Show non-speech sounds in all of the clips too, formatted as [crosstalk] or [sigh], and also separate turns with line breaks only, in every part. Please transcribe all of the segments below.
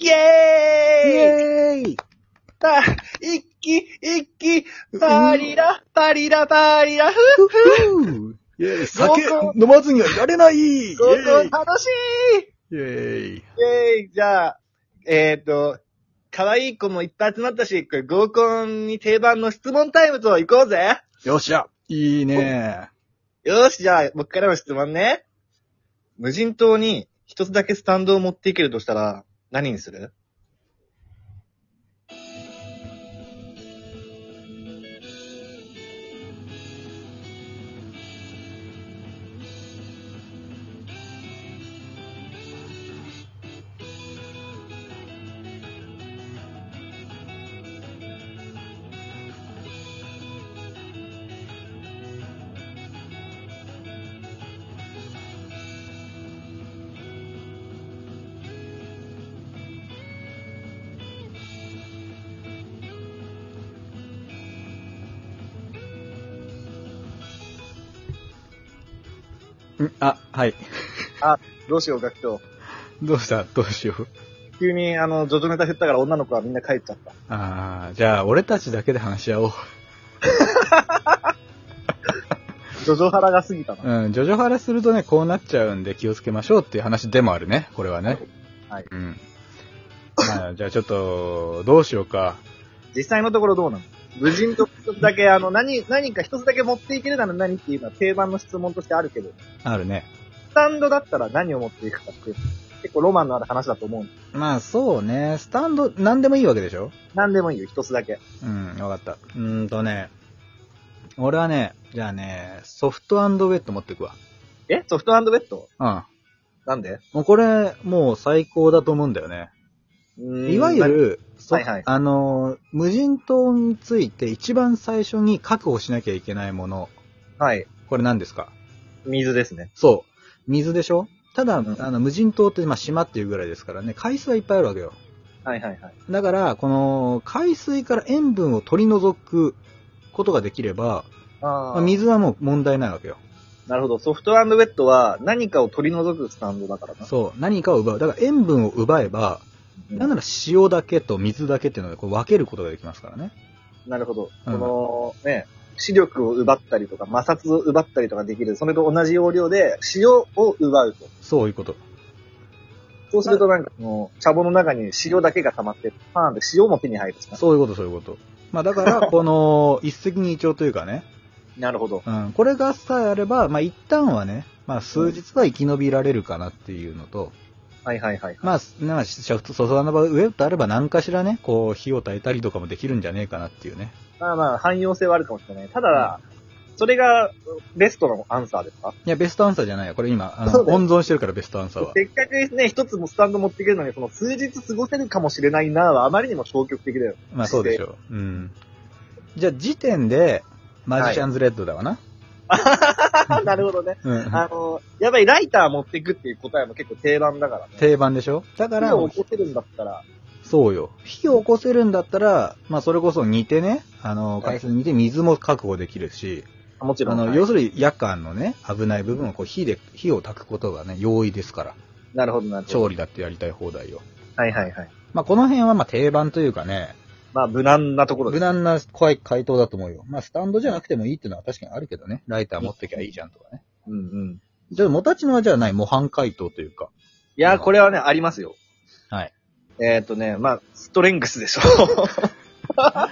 イエーイ
エーイ
た、一気、一気、パリラ、パリラ、パリラ、ふっふっ
ふぅイェーイ酒
合コ
飲まずにはいられないイェ
合コ
ー
ン
イ
楽し
イェー
いイ
イ
エーイじゃあ、えっ、ー、と、可愛い子もいっぱい集まったし、これ合コンに定番の質問タイムと行こうぜ
よっしゃいいね
よーし、じゃあ、僕からの質問ね。無人島に一つだけスタンドを持っていけるとしたら、何にする
んあ、はい。
どうしよう、ガキと。
どうしたどうしよう。
急に、あの、ジョジョネタ振ったから女の子はみんな帰っちゃった。
あー、じゃあ、俺たちだけで話し合おう。
ジョジョ腹が過ぎたな。
うん、ジョジョハラするとね、こうなっちゃうんで気をつけましょうっていう話でもあるね、これはね。
はい。
うん。まあ、じゃあちょっと、どうしようか。
実際のところどうなの無人島一つだけ、あの、何、何か一つだけ持っていけるなら何っていうのは定番の質問としてあるけど、
あるね。
スタンドだったら何を持っていくかって、結構ロマンのある話だと思うの。
まあ、そうね。スタンド、なんでもいいわけでしょ
何でもいいよ、一つだけ。
うん、わかった。うーんとね、俺はね、じゃあね、ソフトウェット持ってくわ。
えソフトベッド
うん。
なんで
もうこれ、もう最高だと思うんだよね。いわゆ、る、そ
はいはい
あのー、無人島について一番最初に確保しなきゃいけないもの。
はい。
これ何ですか
水ですね。
そう。水でしょただ、
うん
あの、無人島って、まあ、島っていうぐらいですからね、海水はいっぱいあるわけよ。
はいはいはい。
だから、この、海水から塩分を取り除くことができれば、
あ
まあ水はもう問題ないわけよ。
なるほど。ソフトウェットは何かを取り除くスタンドだからな。
そう、何かを奪う。だから塩分を奪えば、
うん
なんなら塩だけと水だけっていうのでこう分けることができますからね。
なるほど。
うん
この、ね、視力を奪ったりとか、摩擦を奪ったりとかできる。それと同じ要領で、塩を奪うと。
そういうこと。
そうするとなんか、もう、茶ボの中に塩だけが溜まって、パーンって塩も手に入るしな。
そういうこと、そういうこと。まあ
[laughs]
だから、この一石二鳥というかね、
なるほど。
うん、これがさえあれば、まあ一旦はね、まあ数日は生き延びられるかなっていうのと、
はいはいはい。
まあ、なんか、シャフト、ソソアナバウェブとあれば何かしらね、こう、火を焚いたりとかもできるんじゃねえかなっていうね。
まあまあ、汎用性はあるかもしれない。ただ、それが、ベストのアンサーですか
いや、ベストアンサーじゃないよ。これ今、あ
そ
の、
うだよ
温存してるからベストアンサーは。
せっかくね、一つもスタンド持っていけるのに、その数日過ごせるかもしれないなぁは、あまりにも消極的だよ。
まあそうでしょう。うん。じゃあ、時点で、マジシャンズレッドだわな。
[laughs] なるほどね。
うん。
あの、やっぱりライター持っていくっていう答えも結構定番だからね。
定番でしょだから
火、を起こせるんだったら、
そうよ。火を起こせるんだったら、まあそれこそ煮てね、あの、
はい
海水煮て水も確保できるし、
もちろ
あ
ん。
の、
はい
要するに夜間のね、危ない部分をこう火で、火を焚くことがね、容易ですから。
なるほど、なるほど。
調理だってやりたい放題よ。
はいはいはい。
まあこの辺はまあ定番というかね、
まあ、無難なところで
無
す。
難な回回答だと思うよ。まあスタンドじゃなくてもいいっていうのは確かにあるけどね。ライター持ってきゃいいじゃんとかね。
うんうん。
じゃあ、もたちのはじゃあない模範回答というか。
いやー、これはね、ありますよ。
はい。
えっ、とね、まあ、ストレングスでしょ。
[laughs] ま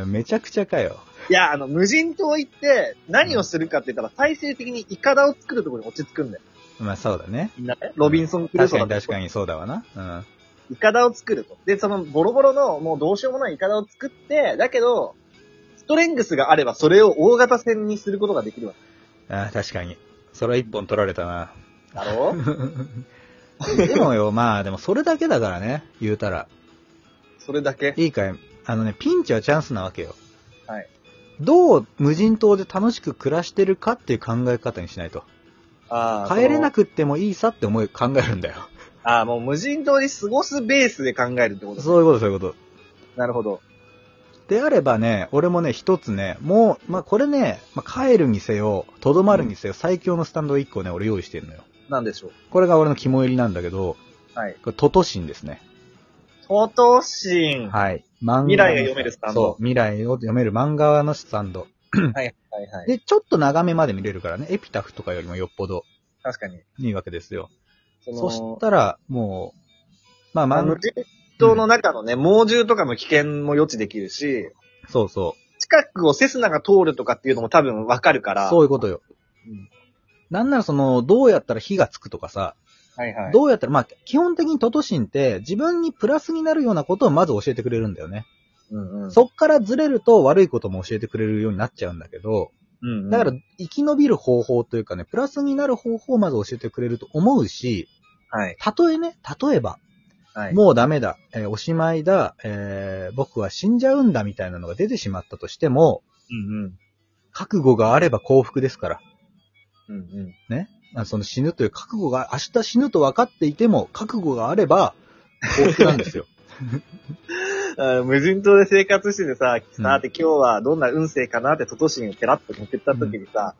あ、めちゃくちゃかよ。
いや、あの、無人島行って、何をするかって言ったら、最終的にイカダを作るところに落ち着くんだよ。
まあそうだね。
みんなね。ロビンソン・クルー
確
ソ
か
ー
に確か
に。
にそうだわな。うん。
イカダを作ると。で、その、ボロボロの、もうどうしようもないイカダを作って、だけど、ストレングスがあれば、それを大型船にすることができるわ
ああ、確かに。それは一本取られ
[laughs]
たな。
けだろ
[laughs] でもよ、まあでもそれだけだからね、言うたら。
それだけ。
いいかいあのね、ピンチはチャンスなわけよ。
はい。
どう無人島で楽しく暮らしてるかっていう考え方にしないと。
あ
帰れな
く
くってもいいさって思い考えるんだよ。
ああ、もう無人島に過ごすベースで考えるってことだ
そういうこと、そういうこと。
なるほど。
であればね、俺もね、一つね、もう、まあ、これね、まあ、帰るにせよ、とどまるにせよ、最強のスタンドを一個ね、俺用意してるのよ。
なんでしょう。
これが俺の肝入りなんだけど、
はい。
これ、トトシンですね。
フォトシン。は
はい。漫画の
未来が読めるスタンド
そう、未来を読める漫画のスタンド。
いはいはい。
で、ちょっと長めまで見れるからね、エピタフとかよりもよっぽど
確かに。
いいわけですよ。
そ
そ
の、
したら、もう、まあ
まあ、
漫
無
画、
人島の中のね、猛獣とかの危険も予知できるし、
そうそう。
近くをセスナが通るとかっていうのも多分わかるから。
そう
う。
いうことよ。
ん、
なんならその、どうやったら火がつくとかさ、
はいはい。
どうやったら、まあ、基本的にトトシンって自分にプラスになるようなことをまず教えてくれるんだよね。
うんうん。
そっからずれると悪いことも教えてくれるようになっちゃうんだけど、
うんうん。
だから生き延びる方法というかね、プラスになる方法をまず教えてくれると思うし、
はい。
たとえね、例えば、
はい。
もうダメだ、えーおしまいだ、えー僕は死んじゃうんだみたいなのが出てしまったとしても、
うんうん。
覚悟があれば幸福ですから。
うんうん。
あその死ぬという覚悟が、明日死ぬと分かっていても、覚悟があれば、幸福なんですよ。
[laughs] あ無人島で生活しててさ、さて今日はどんな運勢かなってトトシンをペラッと持ってった時にさ、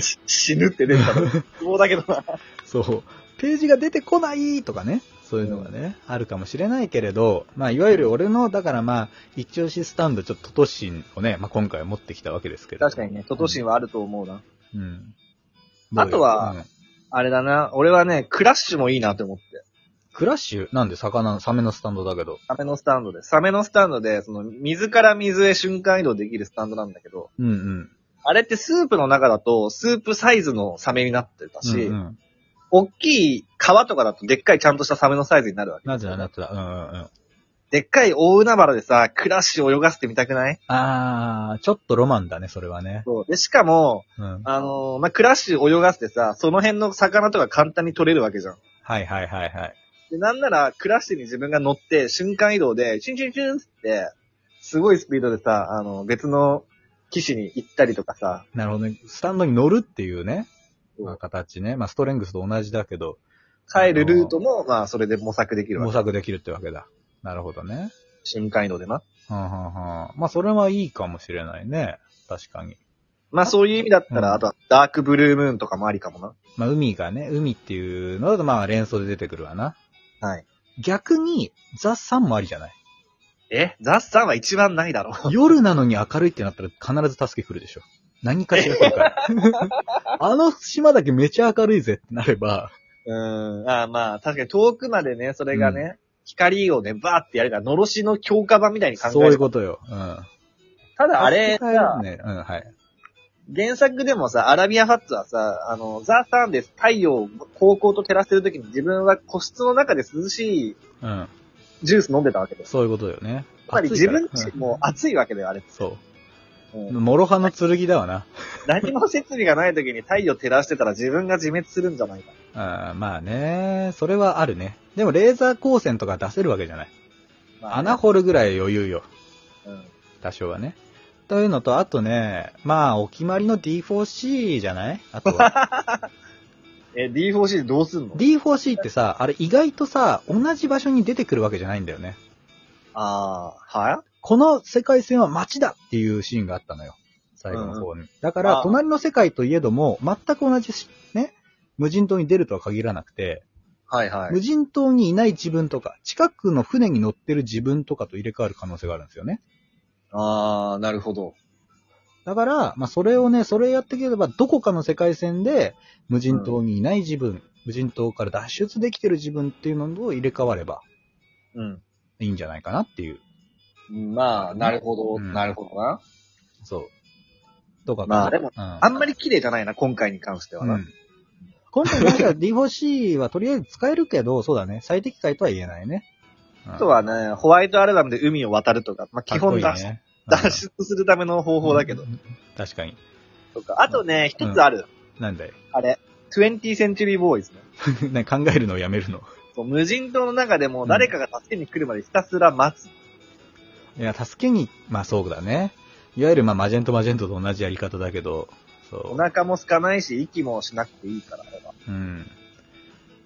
し [laughs] 死ぬって出てた
[laughs]
の。そうだけどな。
そう。ページが出てこないとかね。そういうのがね、あるかもしれないけれど、まあ、いわゆる俺の、だからまあ、一押しスタンド、ちょっとトトシンをね、まあ今回は持ってきたわけですけれど。
確かにね、トトシンはあると思うな。
に。うん。どうよ
あとは
うん
あれだな、俺はね、クラッシュもいいなって思って。
クラッシュなんで魚の、サメのスタンドだけど。
サメのスタンドで。サメのスタンドで、その、水から水へ瞬間移動できるスタンドなんだけど、
うんうん。
あれってスープの中だと、スープサイズのサメになってたし、
うんうん、
大きい川とかだとでっかいちゃんとしたサメのサイズになるわけ。
なぜあなた、うんうんうん。
でっかい大海原でさ、クラッシュ泳がせてみたくない
あー、ちょっとロマンだね、それはね。
そう。で、しかも、
うん。
あのーまあ、クラッシュ泳がせてさ、その辺の魚とか簡単に取れるわけじゃん。
はいはいはいはい。
で、なんなら、クラッシュに自分が乗って、瞬間移動で、チュンチュンチュンっつって、すごいスピードでさ、あの、別の騎士に行ったりとかさ、
なるほどね。スタンドに乗るっていうね、
そう
まあ形ね。まあ、ストレングスと同じだけど、
帰るルートも、まあ、それで模索できるわ
模
け。
索できるってわけだ。なるほどね。
瞬間移動でな。
はんはんはん。まあ、それはいいかもしれないね。確かに。
まあ、そういう意味だったら、
うん
あとは、ダークブルームーンとかもありかもな。
まあ、海がね、海っていうのだと、まあ、連想で出てくるわな。
はい。
逆に、ザ・サンもありじゃ
[laughs]
ない
えザッサンは一番ないだろ。
夜なのに明るいってなったら必ず助け来るでしょ。何かしら来るから。
[laughs]
あの島だけめちゃ明るいぜってなれば、
うーん。ああ、まあ、確かに遠くまでね、それがね、光をね、バーってやるから、のろしの強化版みたいに考える。
そういうことよ。うん。
ただ、あれさ、
ね、うん、はい。
原作でもさ、アラビアファッツはさ、あの、ザ・サンです。太陽を高校と照らしてるときに自分は個室の中で涼しい
うん。
ジュース飲んでたわけです。
そういうことよね。
つまり
暑い
自
から
分自身
うん
も暑いわけだよ、あれ。
そうう。
ん
もろ刃の剣だわな。
何も設備がない時に太陽照らしてたら自分が自滅するんじゃないか。
あーまあね、それはあるね。でもレーザー光線とか出せるわけじゃない。
まあね
穴掘るぐらい余裕よ。
うん。
多少はね。というのと、あとね、まあ、お決まりの D4C じゃないあとは。
[laughs] え、D4C どうすんの
D4C ってさ、あれ意外とさ、同じ場所に出てくるわけじゃないんだよね。
ああ、は
この世界線は街だっていうシーンがあったのよ。最後の方に。だか
あ
ら
ー、
隣の世界といえども、全く同じし、ね、無人島に出るとは限らなくて、
はいは
無。人島にいない自分とか、近くの船に乗ってる自分とかと入れ替わる可能性があるんですよね。
ああ、なるほど。
だから、まあ、それをね、それやっていければ、どこかの世界線で、無人島にいない自分、無人島から脱出できてる自分っていうのを入れ替われば
うん。
いいんじゃないかなっていう。
まあ、なるほど、
うん
なるほどな。
そう。とか
まあでも
うん、
あんまり綺麗じゃないな、今回に関してはな。
うん今回な
[laughs]
んか D4C はとりあえず使えるけど、そうだね、最適解とは言えないね。あ
あとはね、ホワイトアルバムで海を渡るとか、まあ基本脱出,、
ね、
脱出するための方法だけど。
うん。確かに。
とかあとね、一つある。
なんだい [laughs]
あれ。20th Century Boys ね。
ね考えるのをやめるの。
そう無人島の中でも誰かが助けに来るまでひたすら待つ。
いや、助けに、まあそうだね。いわゆるまあマジェントマジェントと同じやり方だけど、そう。
お腹も空かないし、息もしなくていいから、あれは。
うん。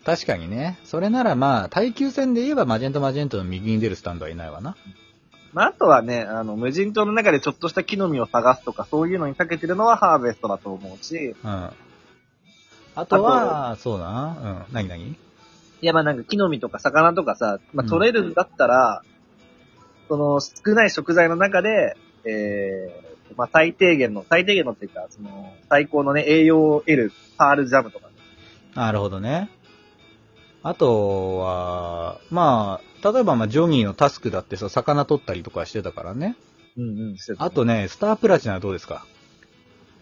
確かにね。それならまあ、耐久戦で言えばマジェントマジェントの右に出るスタンドはいないわな。
まあ、あとはね、あの、無人島の中でちょっとした木の実を探すとか、そういうのにかけてるのはハーベストだと思うし、
うん。あとは、そうだな。うん。何何
いや、まあなんか木の実とか魚とかさ、まあ
うん
取れるんだったら、その少ない食材の中で、えー、まあ最低限の、最低限のっていうか、その最高のね、栄養を得るパールジャムとか、ね、
なるほどね。あとは、まあ、例えば、まあ、ジョニーのタスクだってさ、魚取ったりとかしてたからね。
うんうん、してた
あとね、スタープラチナはどうですか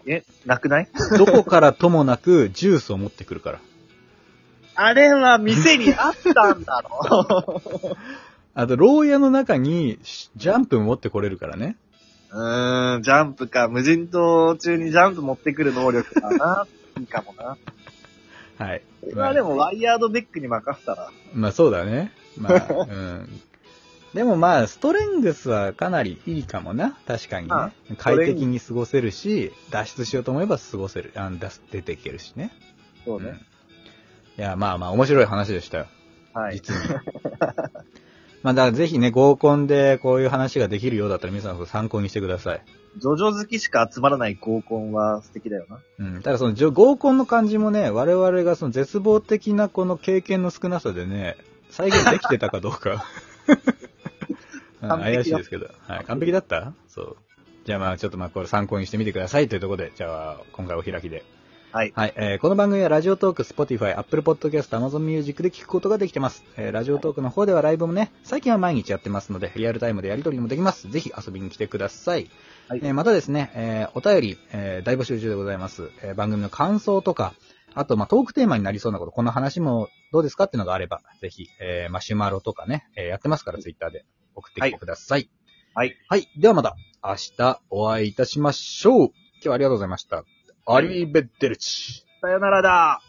え、なくない
どこからともなくジュースを持ってくるから。
あれは店にあったんだ [laughs] ろ
あと、牢屋の中にしジャンプ持ってこれるからね。
うーん、ジャンプか。無人島中にジャンプ持ってくる能力か [laughs] な。いいかもな。
はい。
まあでも、ワイヤードベックに任せたら。
まあそうだね。ま
[laughs]
あ、うん。でもまあ、ストレングスはかなりいいかもな。確かにね
あ。
快適に過ごせるし、脱出しようと思えば過ごせる。あ出す出ていけるしね。
そう
うん
ね。
いや、まあまあ、面白い話でしたよ。
はい。
実に。 [laughs] まあ、だからぜひね、合コンでこういう話ができるようだったら皆さん参考にしてください。
ジョジョ好きしか集まらない合コンは素敵だよな。
うん。ただそのじょ合コンの感じもね、我々がその絶望的なこの経験の少なさでね、再現できてたかどうか。うん
完璧だ
怪しいですけど。はい。完璧だったそう。じゃあまあちょっとまあこれ参考にしてみてくださいというところで、じゃあ今回お開きで。
はい。
はい、えーこの番組はラジオトーク、Spotify、Apple Podcast、Amazon Music で聞くことができてます。えーラジオトークの方ではライブもね、最近は毎日やってますので、リアルタイムでやり取りもできます。ぜひ遊びに来てください。
はい
えーまたですね、えーお便り、えー大募集中でございます。えー番組の感想とか、あと、まあ、トークテーマになりそうなこと、この話もどうですかっていうのがあれば、ぜひ、えーマシュマロとかね、えーやってますから、Twitter で送ってきてください。
はい。
はい。ではまた、明日お会いいたしましょう。今日はありがとうございました。アリーベッデルチ。
さよならだ